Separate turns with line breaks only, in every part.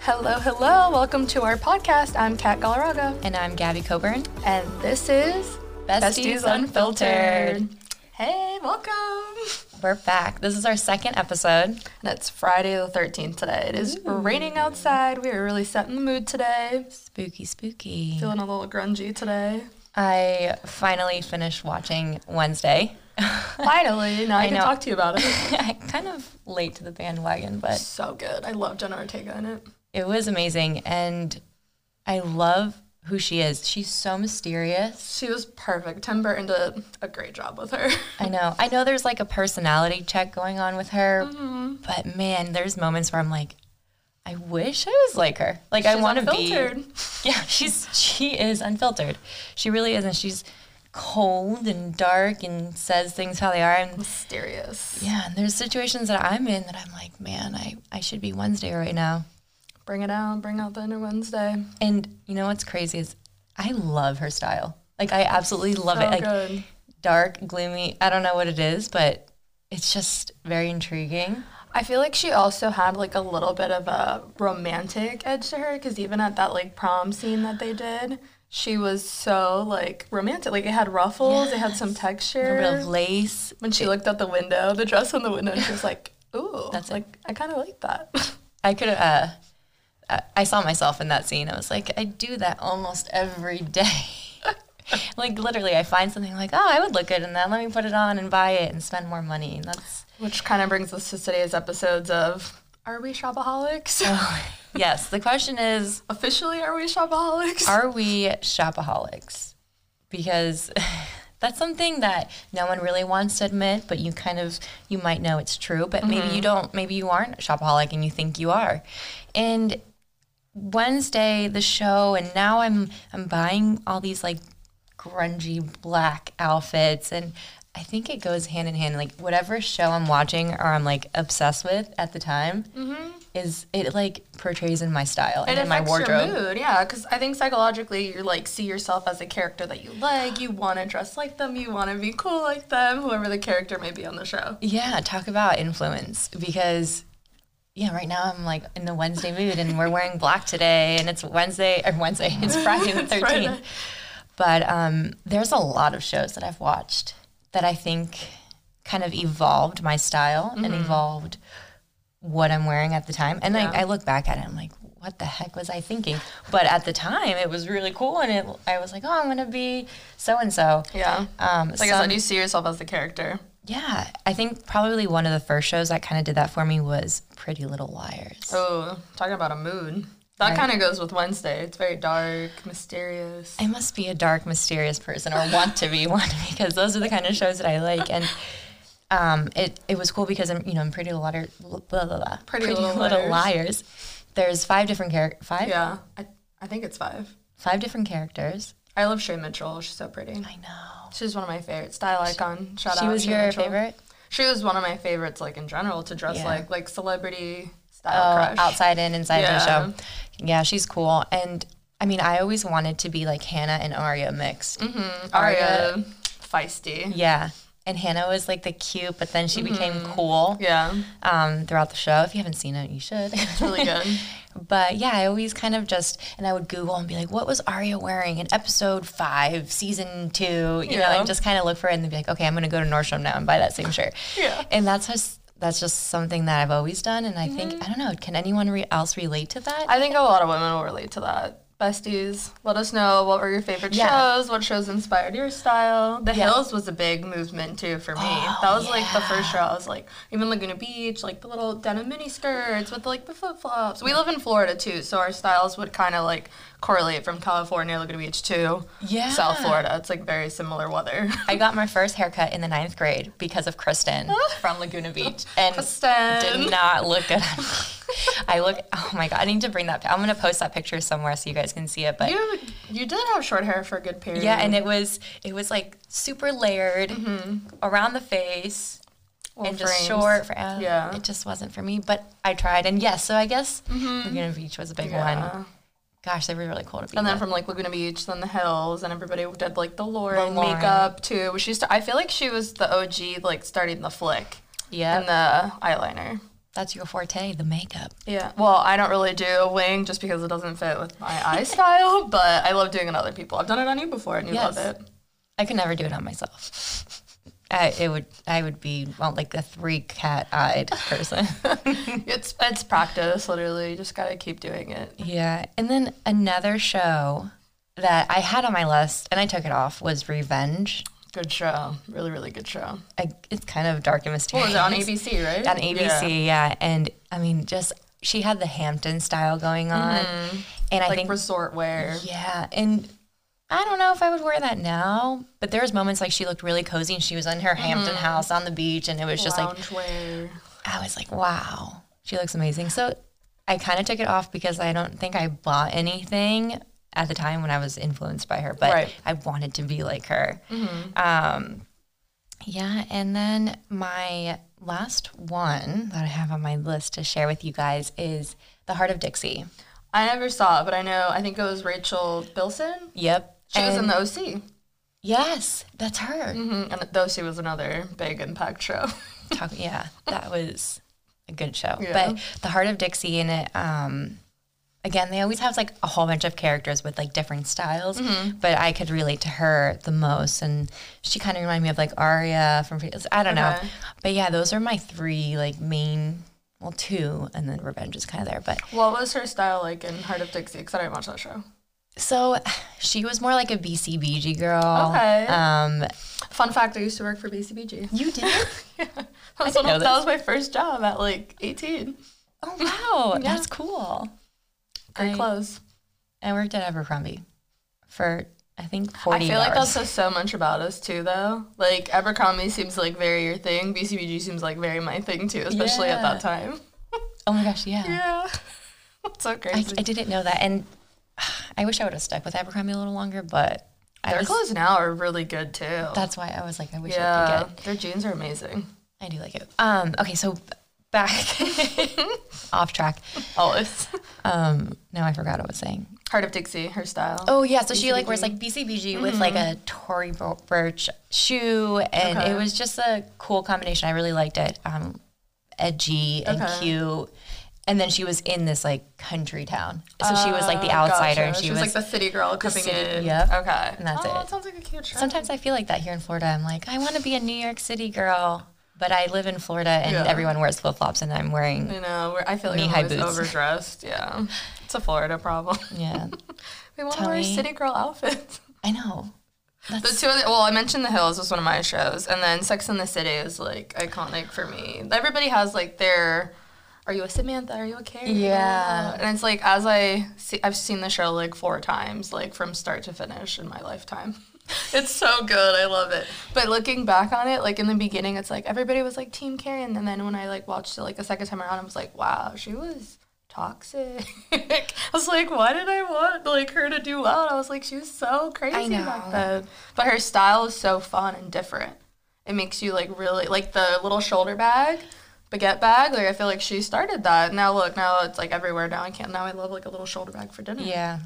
Hello, hello. Welcome to our podcast. I'm Kat Galarraga,
And I'm Gabby Coburn.
and this is
Besties Unfiltered.
Hey, welcome.
We're back. This is our second episode.
And it's Friday the 13th today. It is raining outside. We are really setting the mood today.
Spooky, spooky.
Feeling a little grungy today.
I finally finished watching Wednesday.
Finally, now I,
I
can
know.
talk to you about it.
I kind of late to the bandwagon, but
so good. I love Jenna Ortega in it.
it was amazing. And I love who she is. She's so mysterious.
She was perfect. Tim Burton did a great job with her.
I know. I know there's like a personality check going on with her,
Mm-hmm.
but man, there's moments where I'm like, I wish I was like her. Like I
She's
want to be.
unfiltered.
Yeah, she's she is unfiltered. She really is, and she's cold and dark and says things how they are. And
Mysterious.
yeah, and there's situations that I'm in that I'm like, man, I, I should be Wednesday right now.
Bring it out. Bring out the inner Wednesday.
And you know what's crazy is I love her style. Like I absolutely love
So
it. Like
good.
dark, gloomy. I don't know what it is, but it's just very intriguing.
I feel like she also had like a little bit of a romantic edge to her because even at that like prom scene that they did, she was so like romantic. Like it had ruffles, it had some
A
texture.
little bit of lace.
when she looked out the window, the dress on the window, and she was like, "Ooh,
That's it.
like I kind of like that."
I could uh I- I saw myself in that scene. I was like, I do that almost every day. like literally I find something like, oh, I would look good in that. Let me put it on and buy it and spend more money. And that's
Which kind of brings us to today's episodes of Are we shopaholics?
yes, the question is,
Officially, are we shopaholics?
are we shopaholics? Because that's something that no one really wants to admit, but you kind of you might know it's true, but maybe
Mm-hmm.
you don't maybe you aren't a shopaholic and you think you are. And Wednesday the show and now I'm I'm buying all these like grungy black outfits and I think it goes hand in hand like whatever show I'm watching or I'm like obsessed with at the time is it like portrays in my style and
Mm-hmm. it
in my
affects
wardrobe.
your mood, yeah. Because I think psychologically, you're like see yourself as a character that you like. You want to dress like them. You want to be cool like them. Whoever the character may be on the show.
Yeah, talk about influence because yeah, right now I'm like in the Wednesday mood and we're wearing black today and it's Wednesday or Wednesday, it's Friday the 13th.
Friday.
But um, there's a lot of shows that I've watched that I think kind of evolved my style and
Mm-hmm.
evolved what I'm wearing at the time. And
Yeah.
I, I look back at it, I'm like, what the heck was I thinking? But at the time, it was really cool, and it, I was like, oh, I'm gonna be so and so.
Yeah.
Um,
Like I
some-
said, you see yourself as the character.
yeah, I think probably one of the first shows that kind of did that for me was Pretty Little Liars.
Oh, talking about a mood. That kind of goes with Wednesday. It's very dark, mysterious.
I must be a dark, mysterious person, or want to be one, because those are the kind of shows that I like. And um, it it was cool because I'm you know in Pretty Little Liar, blah, blah, blah,
Pretty Little Liars.
Liars. There's five different characters. Five
Yeah. I, I think it's five.
five different characters.
I love Shay Mitchell. She's so pretty.
I know.
She's one of my favorite style icon. Shout out.
she was
Shay
your
Mitchell.
favorite
She was one of my favorites, like in general, to dress
Yeah.
like like celebrity
oh,
style crush.
outside in, inside
Yeah.
in the show. Yeah, she's cool. And I mean, I always wanted to be like Hannah and Aria mixed.
Aria, feisty.
Yeah. And Hannah was like the cute, but then she became cool
Mm-hmm. Yeah,
um, throughout the show. If you haven't seen it, you should.
it's really good.
but yeah, I always kind of just, and I would Google and be like, what was Arya wearing in episode five, season two? You know,
Yeah.
and just kind of look for it and then be like, okay, I'm going to go to Nordstrom now and buy that same shirt.
Yeah.
And that's just, that's just something that I've always done. And I
Mm-hmm.
think, I don't know, can anyone re- else relate to that?
I think a lot of women will relate to that. Besties, let us know what were your favorite
Yeah.
shows, what shows inspired your style. Oh, The
Yeah.
Hills was a big movement too for me. that was like the first show I was like, even Laguna Beach, like the little denim mini skirts with like the flip flops. We live in Florida too, so our styles would kind of like correlate from California, Laguna Beach to
Yeah.
South Florida. It's like very similar weather.
I got my first haircut in the ninth grade because of Kristen from Laguna Beach, and
Kristen.
did not look good. on me. I look. Oh my god! I need to bring that. I'm gonna post that picture somewhere so you guys can see it. But
You you did have short hair for a good period.
yeah, and it was it was like super layered around the face
Mm-hmm. Little
and
frames.
just short. For, uh,
Yeah.
it just wasn't for me. But I tried, and yes, so I guess Laguna Beach was a big
Mm-hmm. Yeah.
one. Gosh, they were really cool to be.
And then
with.
from like Laguna Beach, then the hills, and everybody did like the Lauren,
Lauren.
makeup too. She st- I feel like she was the OG, like starting the flick
yeah,
and the eyeliner.
That's your forte, the makeup.
Yeah. Well, I don't really do a wing just because it doesn't fit with my eye style, but I love doing it on other people. I've done it on you before and you
Yes.
love it.
I could never do it on myself. I, it would I would be well, like a three cat eyed person.
It's it's practice, literally. You just gotta keep doing it.
yeah. And then another show that I had on my list and I took it off was Revenge.
Good show. Really, really good show.
I, it's kind of dark and
What
mysterious.
was Oh, it on ABC, right?
on ABC, yeah. And I mean, just she had the Hampton style going on, and I
Mm-hmm. Like
think
resort wear.
yeah, and I don't know if I would wear that now, but there was moments like she looked really cozy and she was in her Hampton
Mm-hmm.
house on the beach, and it was just like
lounge wear.
I was like, wow, she looks amazing. So I kind of took it off because I don't think I bought anything at the time when I was influenced by her, but
Right. Mm-hmm.
I wanted to be like her. Um, yeah. And then my last one that I have on my list to share with you guys is The Heart of Dixie.
I never saw it, but I know I think it was Rachel Bilson.
Yep.
She was in the OC.
Yes, that's her.
Mm-hmm. And the OC was another big impact show.
Talk, yeah, that was a good show.
Yeah.
But the Heart of Dixie in it, um, again, they always have like a whole bunch of characters with like different styles.
Mm-hmm.
But I could relate to her the most, and she kind of reminded me of like Aria from. I don't know,
Okay.
but yeah, those are my three like main. Well, two, and then Revenge is kind of there, but
what was her style like in Heart of Dixie? Because I didn't watch that show.
so she was more like a BCBG girl.
Okay.
Um,
Fun fact: I used to work for BCBG.
you did?
That was,
didn't
one
know
of-
this.
that was my first job at like 18.
oh wow,
Yeah.
that's cool.
Great
I-
clothes.
I worked at Abercrombie for I think
I
forty.
feel like that
hours.
says so much about us too, though. Like Abercrombie seems like very your thing. BCBG seems like very my thing too, especially at that time.
Oh my gosh, yeah.
Yeah, it's so
I,
crazy.
I didn't know that, and I wish I would have stuck with Abercrombie a little longer, but I
Their
was,
clothes now are really good too.
that's why I was like, I wish I
yeah,
could get.
their jeans are amazing.
I do like it. Um. Okay, so b- back off track.
Always.
Um. Now I forgot what I was saying.
Heart of Dixie, her style.
Oh yeah, so she like wears like BCBG with like a Tory Bur- Burch shoe, and
Mm-hmm. Okay.
it was just a cool combination. I really liked it. Um, edgy and
Okay.
cute. And then she was in this like country town, so she was like the outsider, and
Ah, Gotcha.
she,
She's
was.
like the city girl coming
city-
in.
yep.
Okay.
And that's
oh,
it.
That sounds like a cute show.
sometimes I feel like that here in Florida. I'm like, I want to be a New York City girl, but I live in Florida, and
Yeah.
everyone wears flip flops, and I'm wearing
You know, we're, I feel like
Knee-high
we're always
boots.
overdressed. Yeah, it's a Florida problem.
yeah.
We want to wear
Tony.
city girl outfits.
I know.
The two other, well, I mentioned The Hills was one of my shows, and then Sex and the City is like iconic for me. Everybody has like their, are you a Samantha? Are you a Carrie?
Yeah.
and it's like as I see, I've seen the show like four times, like from start to finish in my lifetime. It's so good, I love it. But looking back on it, like in the beginning, it's like everybody was like Team Carrie, and then when I like watched it like a second time around, I was like, wow, she was toxic. I was like, why did I want like her to do well? And I was like, she was so crazy
know.
back then. But her style is so fun and different. It makes you like really like the little shoulder bag, baguette bag. Like I feel like she started that. Now look, now it's like everywhere. Now I can't. Now I love like a little shoulder bag for dinner.
Yeah,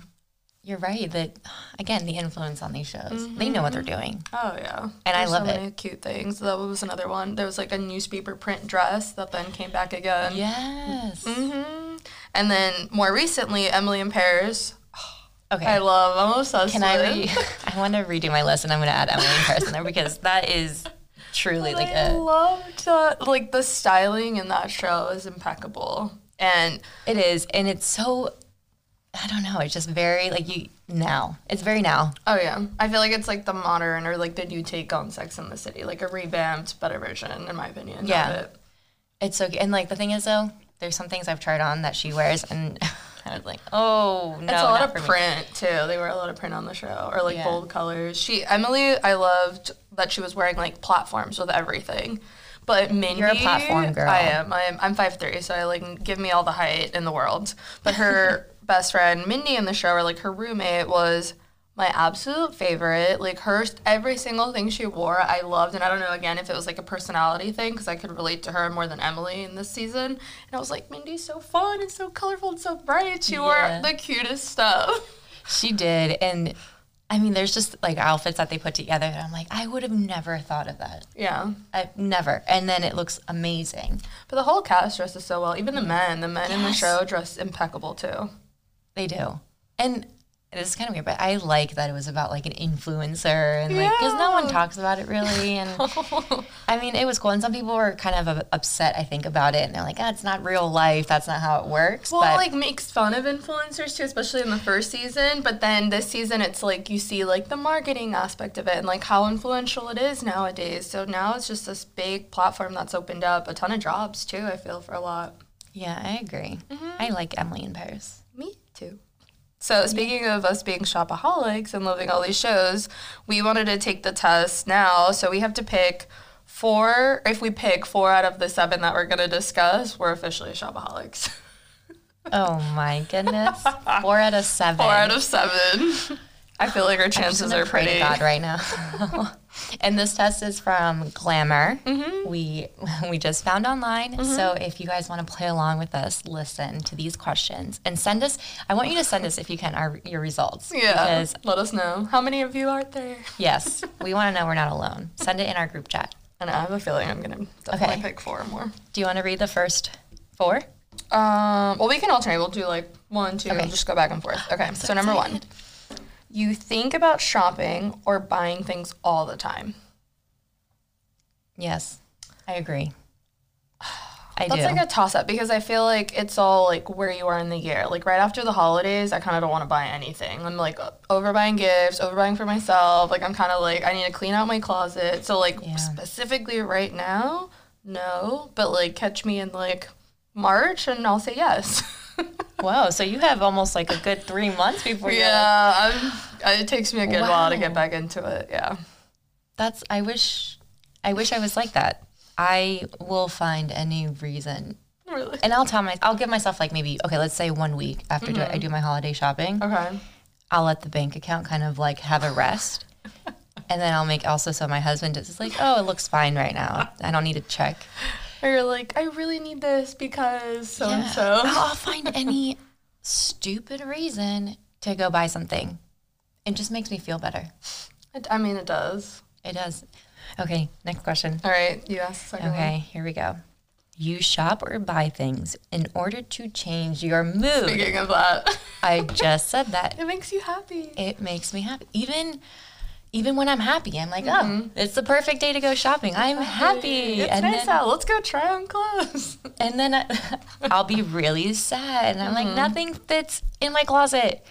you're right. That again, the influence on these shows. They know what they're doing.
Oh yeah,
And I
There's
love
so
it.
Many cute things. That was another one. There was like a newspaper print dress that then came back again.
Yes.
Mm-hmm. And then more recently, Emily in Paris.
Okay.
I love. I'm obsessed.
Can I
with.
re- I want to redo my list and I'm going to add Emily in Paris in there because that is truly like
I
a.
loved that. Like the styling in that show is impeccable. And
It is. And it's so. I don't know. It's just very like you now. It's very now.
oh yeah, I feel like it's like the modern or like the new take on Sex in the City, like a revamped, better version, in my opinion. of
Yeah.
it.
It's so. And like the thing is though, there's some things I've tried on that she wears and I was like, oh no.
It's a lot
not
of
for me.
print too. They wear a lot of print on the show, or like
Yeah.
bold colors. She Emily, I loved that she was wearing like platforms with everything. But Mindy,
platform girl.
I am. I am. I'm five three, so I like give me all the height in the world. But her best friend Mindy in the show, or like her roommate, was my absolute favorite. Like her, every single thing she wore, I loved. And I don't know again if it was like a personality thing because I could relate to her more than Emily in this season. And I was like, Mindy's so fun and so colorful and so bright. She
Yeah.
wore the cutest stuff.
She did. And I mean, there's just like outfits that they put together, and I'm like, I would have never thought of that.
Yeah.
I never. And then it looks amazing.
But the whole cast dresses so well. Even the men, the men in the
Yes.
show dress impeccable too.
They do. And it's kind of weird, but I like that it was about like an influencer and like because no one
Yeah.
talks about it really. And I mean, it was cool. And some people were kind of uh, upset, I think, about it. And they're like, ah, it's not real life. That's not how it works.
Well,
but
it, like makes fun of influencers too, especially in the first season. But then this season, it's like you see like the marketing aspect of it and like how influential it is nowadays. So now it's just this big platform that's opened up a ton of jobs too. I feel for a lot.
yeah, I agree.
Mm-hmm.
I like Emily in Paris.
Me too. So speaking of us being shopaholics and loving all these shows, we wanted to take the test now. So we have to pick four. If we pick four out of the seven that we're going to discuss, we're officially shopaholics.
Oh my goodness. Four out of seven.
Four out of seven. I feel like our chances
gonna
are
pray
pretty.
to God right now. and this test is from Glamour.
Mm-hmm.
We we just found online. So if you guys want to play along with us, listen to these questions and send us. I want you to send us if you can our your results.
Yeah.
Because
Let us know. How many of you are there?
yes, we want to know we're not alone. Send it in our group chat.
I know. I have a feeling I'm going to definitely
Okay.
pick four or more.
Do you want to read the first four?
Um, well, we can alternate. We'll do like one, two, and
Okay. Ah,
just go back and forth. Okay. so, number one, you think about shopping or buying things all the time.
Yes, I agree. I
That's
do.
like a toss up because I feel like it's all like where you are in the year. Like right after the holidays, I kind of don't want to buy anything. I'm like overbuying gifts, overbuying for myself. Like I'm kind of like I need to clean out my closet. So like
Yeah.
specifically right now, no, but like catch me in like March and I'll say yes.
Whoa! So you have almost like a good three months before. you're like,
yeah, I'm, it takes me a good while to get
Wow.
back into it. Yeah.
That's I wish I wish I was like that. I will find any reason.
Really.
And I'll tell my I'll give myself like maybe okay, let's say one week after do,
Mm-hmm.
I do my holiday shopping,
Okay.
I'll let the bank account kind of like have a rest. and then I'll make also so my husband is like, "Oh, it looks fine right now. I don't need to check."
Or you're like, I really need this because so and
Yeah.
so.
I'll, I'll find any stupid reason to go buy something. It just makes me feel better.
It- I mean, it does.
It does. Okay, next question.
All right, you ask the second one.
Okay, here we go. You shop or buy things in order to change your mood.
Speaking of that,
I just said that.
it makes you happy.
It makes me happy. Even even when I'm happy, I'm like, oh, it's the perfect day to go shopping. I'm happy.
Mm-hmm. It's
and,
nice
then,
out. Let's go try on clothes.
and then I, I'll be really sad. And I'm
Mm-hmm.
like, nothing fits in my closet.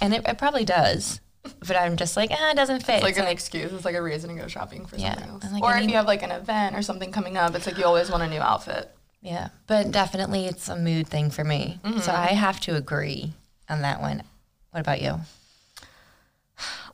And it, it probably does. But I'm just like, ah, it doesn't fit.
like
It's
an excuse. It's like a reason to go shopping for
Yeah,
something else.
I'm like,
or
I
if
need-
you have like an event or something coming up, it's like you always want a new outfit.
Yeah, but definitely it's a mood thing for me.
Mm-hmm.
So I have to agree on that one. What about you?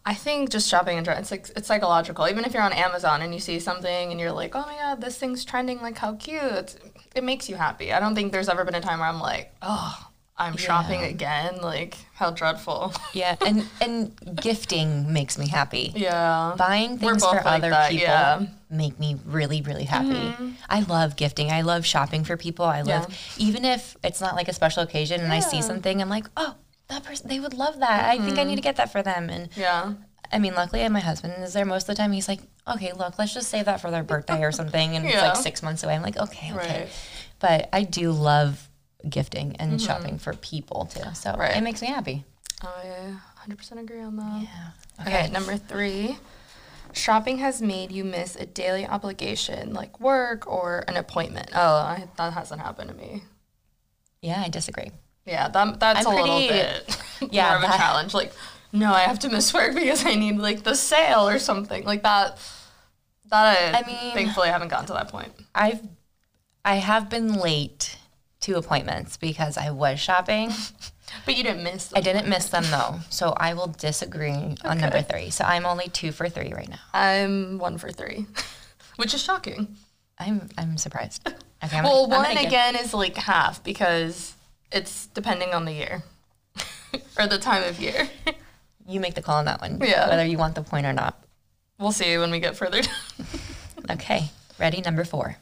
I think just shopping and trend, it's like it's psychological. Even if you're on Amazon and you see something and you're like, oh my god, this thing's trending. Like how cute. It's, it makes you happy. I don't think there's ever been a time where I'm like, oh, I'm shopping again. Like how dreadful.
Yeah, and and gifting makes me happy.
yeah.
Buying
We're
things
both
for
like
other
that,
people
yeah. Mm-hmm.
make me really really happy. I love gifting. I love shopping for people. I love even if it's not like a special occasion and I see something I'm like, "Oh, that person they would love that. I think I
Mm-hmm.
need to get that for them." And
yeah.
I mean, luckily my husband is there most of the time. He's like, "Okay, look, let's just save that for their birthday or something." And it's
Yeah.
like 6 months away. I'm like, "Okay, okay."
Right. Mm-hmm.
But I do love gifting and shopping for people too. So
Right.
it makes me happy.
I 100% agree on that.
Yeah.
Okay, number three. Shopping has made you miss a daily obligation like work or an appointment. Oh, I, that hasn't happened to me.
Yeah, I disagree.
Yeah, that, that's
I'm
a little
pretty-
bit
yeah,
more of a
that-
challenge. Like, no, I have to miss work because I need like the sale or something like that. That I,
I mean-
thankfully I haven't gotten to that point.
I've I have been late to appointments because I was shopping.
But you didn't miss.
I didn't miss them though. So I will disagree on number 3. So I'm only 2 for 3 right now.
I'm one for three, which is shocking.
I'm I'm surprised. Okay, I'm
Well,
gonna- I'm
one
gonna get-
again is like half because it's depending on the year or the time of year.
you make the call on that one
Yeah.
whether you want the point or not.
We'll see when we get further down.
Okay, ready number four.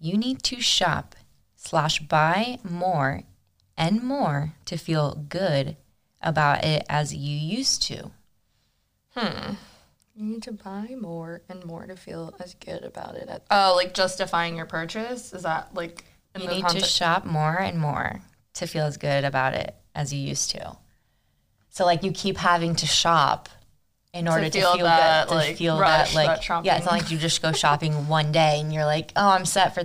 You need to shop slash buy more and more to feel good about it as you used to.
You need to buy more and more to feel as good about it. as- Oh, like justifying your purchase? Is that like in
You
the
need to
context?
shop more and more to feel as good about it as you used to. So like you keep having to shop in order to
feel
feel,
that,
good, to
like,
feel
rush,
that like
that
yeah, it's not like you just go shopping one day and you're like, oh, I'm set for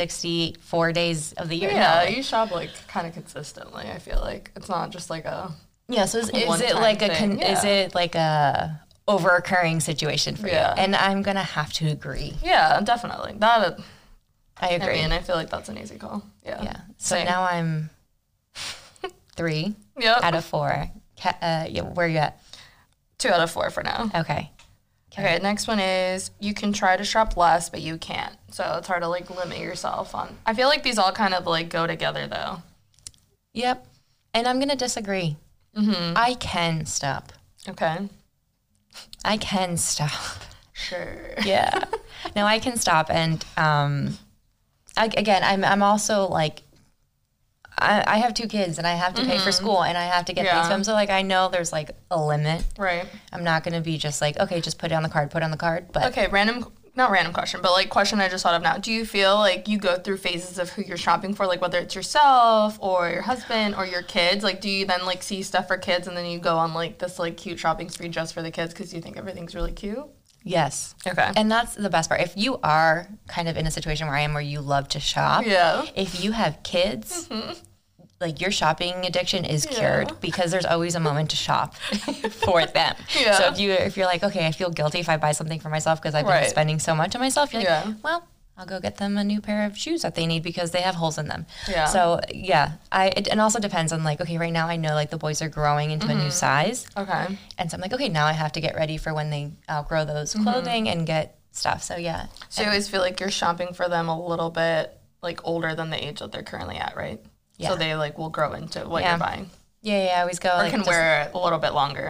364 days of the year. No,
yeah,
like,
you shop like kind of consistently. I feel like it's not just like a
Yeah. So is, is it
one-time
like a con-
thing,
is
yeah.
it like a over occurring situation for
Yeah.
you? And I'm gonna have to agree.
yeah, definitely that.
I
I
agree.
mean, I feel like that's an easy call. Yeah.
yeah. So
Same.
now I'm three
Yep.
out of four. Ca- uh, yeah, where you at?
Two out of four for now.
Okay.
Okay, next one is you can try to shop less, but you can't. So it's hard to like limit yourself on. I feel like these all kind of like go together though.
Yep. And I'm gonna disagree. I can stop.
Okay.
I can stop.
Sure.
yeah no i can stop and um I, again i'm i'm also like I, I have two kids and i have to pay for school and i have to get things
Yeah.
for them so like i know there's like a limit
Right.
i'm not going to be just like okay just put it on the card put it on the card but
Okay, random not random question, but like question I just thought of now. Do you feel like you go through phases of who you're shopping for, like whether it's yourself or your husband or your kids? Like do you then like see stuff for kids and then you go on like this like cute shopping spree just for the kids cuz you think everything's really cute?
yes
Okay.
and that's the best part if you are kind of in a situation where i am where you love to shop
yeah. Mm-hmm.
if you have kids like your shopping addiction is
Yeah.
cured because there's always a moment to shop for them
Yeah.
so if you if you're like okay i feel guilty if i buy something for myself because i've been
Right.
spending so much on myself you're like
Yeah.
well i'll go get them a new pair of shoes that they need because they have holes in them
Yeah.
so yeah i it, and also depends on like okay right now i know like the boys are growing into a new
Mm-hmm.
size
Okay.
and so i'm like okay now i have to get ready for when they outgrow those
Mm-hmm.
clothing and get stuff so yeah
So you always feel like you're shopping for them a little bit like older than the age that they're currently at, right?
Yeah.
So they like will grow into what
Yeah.
you're buying.
yeah yeah i always go
Or
like
can
just-
wear it a little bit longer.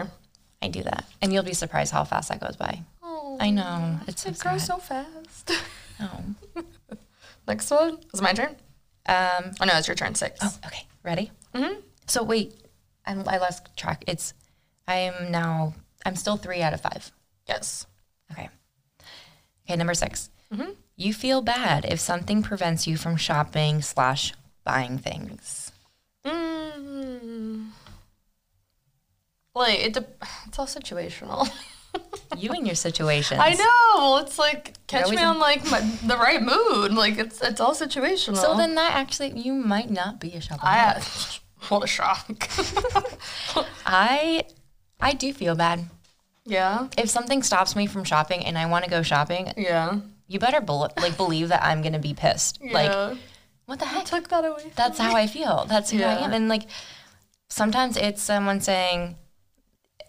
i do that and you'll be surprised how fast that goes by
Oh,
I know. It's Oh. so
it grows
sad.
so fast.
No.
Next one. Is it my turn?
Um,
Oh no, it's your turn. Six.
okay, ready? Mm-hmm. So wait, I'm, I lost track. It's, I am now, I'm still three out of five.
Yes.
Okay. Okay, number 6
Mm-hmm.
You feel bad if something prevents you from shopping slash buying things.
Mm. Like it, de- it's all situational.
You and your situations.
I know. It's like catch
always
me
in-
on like my, the right mood. Like it's it's all situational.
So then that actually, you might not be a shopaholic.
I what a shock.
I, I do feel bad.
yeah.
If something stops me from shopping and I want to go shopping,
Yeah.
you better bel like believe that I'm going to be pissed. Like,
yeah.
what the heck?
took that away. From
that's how I feel. That's who I
Yeah.
am. And like sometimes it's someone saying,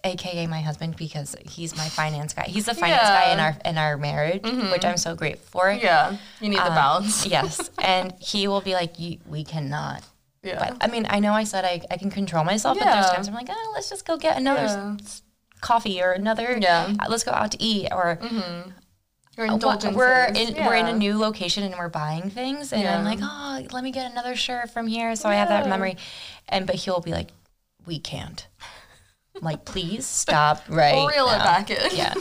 AKA my husband, because he's my finance guy. He's the finance guy in
Yeah. Mm-hmm.
our in our marriage, which I'm so grateful for.
yeah. You
Um,
need the balance.
yes. And he will be like, "You- we cannot.
Yeah.
But I mean, I know I said I, I can control myself, but there's
Yeah.
times I'm like, oh, let's just go get another
Yeah.
s- coffee or another,
Yeah.
uh, let's go out to eat or
Your
what-
indulgences.
we're in we're in
Yeah.
a new location and we're buying things and I'm
Yeah.
like, oh, let me get another shirt from here so I have that
Yeah.
memory, and but he'll be like, we can't, I'm like please stop right
Reel it
now.
back in.
yeah,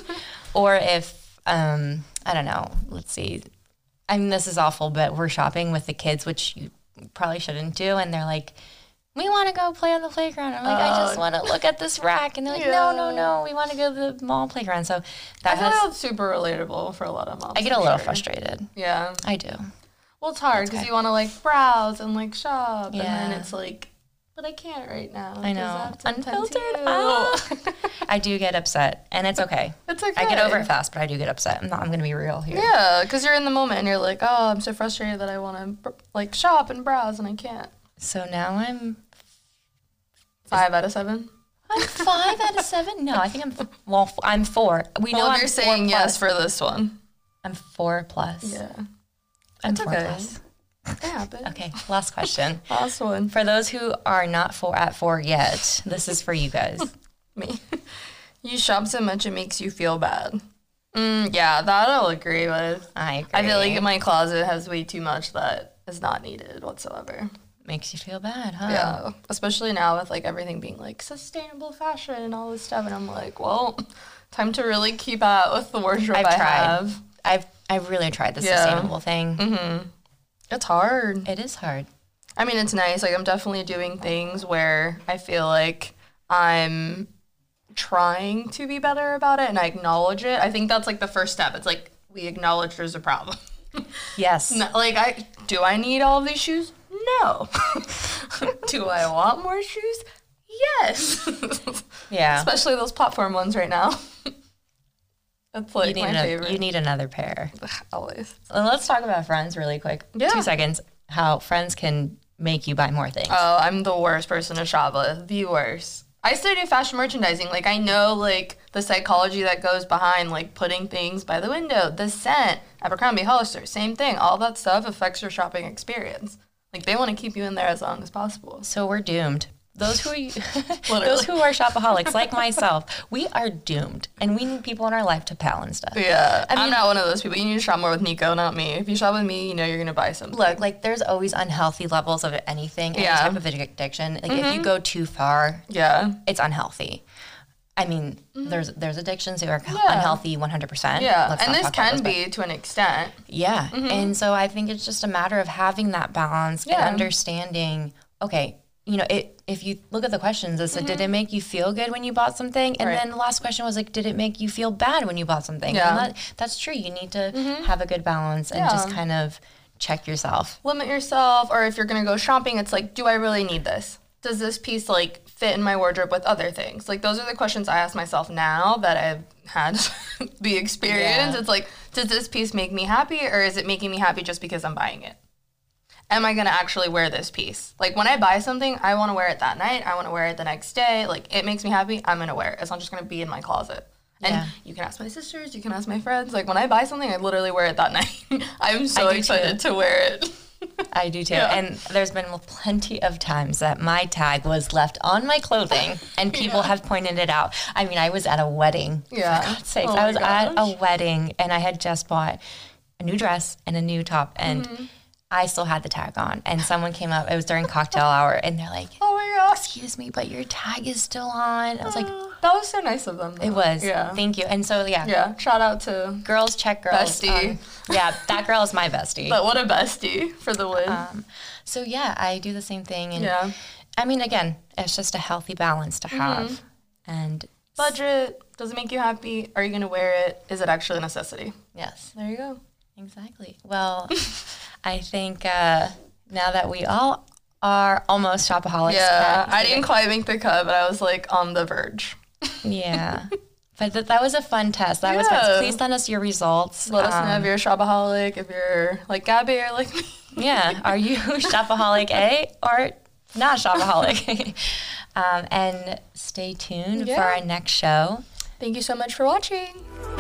or if um I don't know, let's see, I mean this is awful, but we're shopping with the kids, which you probably shouldn't do, and they're like. We want to go play on the playground. I'm like, I
Oh.
just want to look at this rack, and they're like, No, no, no. We want to go to the mall playground. So that
I feel
has,
that's super relatable for a lot of moms.
I get a
for
little
sure.
frustrated.
Yeah.
I do.
Well, it's hard because you want to like browse and like shop, and
Yeah.
then it's like, but I can't right now.
I
'cause
know.
have to attend to
Unfiltered.
you."
Ah. I do get upset, and it's okay.
It's okay.
I get over it fast, but I do get upset. I'm, not, I'm going to be real here.
Yeah, because you're in the moment and you're like, oh, I'm so frustrated that I want to like shop and browse and I can't.
So now I'm
Five out of seven.
I'm five out of seven. No, I think I'm f- well. f- I'm four. We know
well,
I'm
you're
four
saying
plus.
yes for this one.
I'm four plus.
Yeah,
I'm
It's
four
okay.
plus.
it happened.
Okay, last question.
Last one.
For those who are not four at four yet, this is for you guys.
me. you shop so much it makes you feel bad. Mm, yeah, that I'll agree with.
I agree.
I feel like my closet has way too much that is not needed whatsoever.
Makes you feel bad, huh?
Yeah, especially now with like everything being like sustainable fashion and all this stuff, and I'm like, well, time to really keep out with the wardrobe
I've
I
tried.
have.
I've I've really tried the
Yeah. Mm-hmm.
sustainable thing.
It's hard.
It is hard.
I mean, it's nice. Like, I'm definitely doing things where I feel like I'm trying to be better about it and I acknowledge it. I think that's like the first step. It's like we acknowledge there's a problem.
Yes.
Not- like, I do I need all of these shoes? No. do I want more shoes? Yes.
Yeah.
Especially those platform ones right now. that's
You
like
need,
my
another,
favorite.
you need another pair.
Always.
Uh, Let's talk about friends really quick.
Yeah.
Two seconds. How friends can make you buy more things.
Oh, I'm the worst person to shop with. The worst. I studied fashion merchandising. Like I know like the psychology that goes behind like putting things by the window, the scent, Abercrombie Hollister, same thing. All that stuff affects your shopping experience. Like they want to keep you in there as long as possible.
So we're doomed. Those who those who are shopaholics like myself, we are doomed, and we need people in our life to balance us.
Yeah, I am not one of those people. You need to shop more with Nico, not me. If you shop with me, you know you're gonna buy something.
Look, like there's always unhealthy levels of anything, any
Yeah. Mm-hmm.
type of addiction. Like if you go too far,
Yeah,
it's unhealthy. I mean, there's there's addictions that are
Mm-hmm. Yeah.
unhealthy 100%.
yeah,
Let's
and
not
this
talk about
can
those, but-
be to an extent.
Yeah.
Mm-hmm.
And so I think it's just a matter of having that balance
Yeah.
and understanding, okay, you know, it if you look at the questions, it said, did it make you feel good when you bought something? And
Mm-hmm. Right.
then the last question was like, did it make you feel bad when you bought something?
Yeah. Mm-hmm.
And that, that's true. You need to have a good balance and just
Yeah.
kind of check yourself.
limit yourself or if you're going to go shopping it's like do i really need this does this piece like fit in my wardrobe with other things like those are the questions i ask myself now that i've had the experience
Yeah.
it's like does this piece make me happy or is it making me happy just because i'm buying it am i going to actually wear this piece like when i buy something i want to wear it that night i want to wear it the next day like it makes me happy i'm going to wear it it's not just going to be in my closet and
Yeah.
you can ask my sisters, you can ask my friends. Like when I buy something, I literally wear it that night. I'm so
I do
excited to wear it.
I do too.
Yeah.
And there's been plenty of times that my tag was left on my clothing and people have pointed it out. I mean, I was at a wedding.
Yeah.
For God's sakes.
Oh
I
my
was at a wedding and I had just bought a new dress and a new top and
Mm-hmm.
I still had the tag on. And someone came up, it was during cocktail hour, and they're like,
Oh my gosh.
Excuse me, but your tag is still on. I was like,
that was so nice of them. Though.
It was.
Ah. Yeah.
Thank you. And so, yeah.
yeah. Shout out to.
Girls check girls.
Bestie.
Um, yeah, that girl is my bestie.
But what a bestie for the win.
Uh, So yeah, I do the same thing, and
Yeah.
I mean, again, it's just a healthy balance
Mm-hmm.
to have, and
Budget. Does it make you happy? Are you gonna wear it? Is it actually a necessity?
yes,
There you go.
exactly. Well, I think uh, now that we all are almost shopaholics, uh,
Yeah.
Kat,
I didn't quite make the cut, but I was like on the verge.
yeah. But th- that was a fun test. That was fun.
Yeah.
Please send us your results.
Let us
Um,
know if you're a shopaholic, if you're like Gabby or like me.
Um, yeah, are you shopaholic A or not shopaholic? um, and stay tuned
Yeah.
for our next show.
Thank you so much for watching.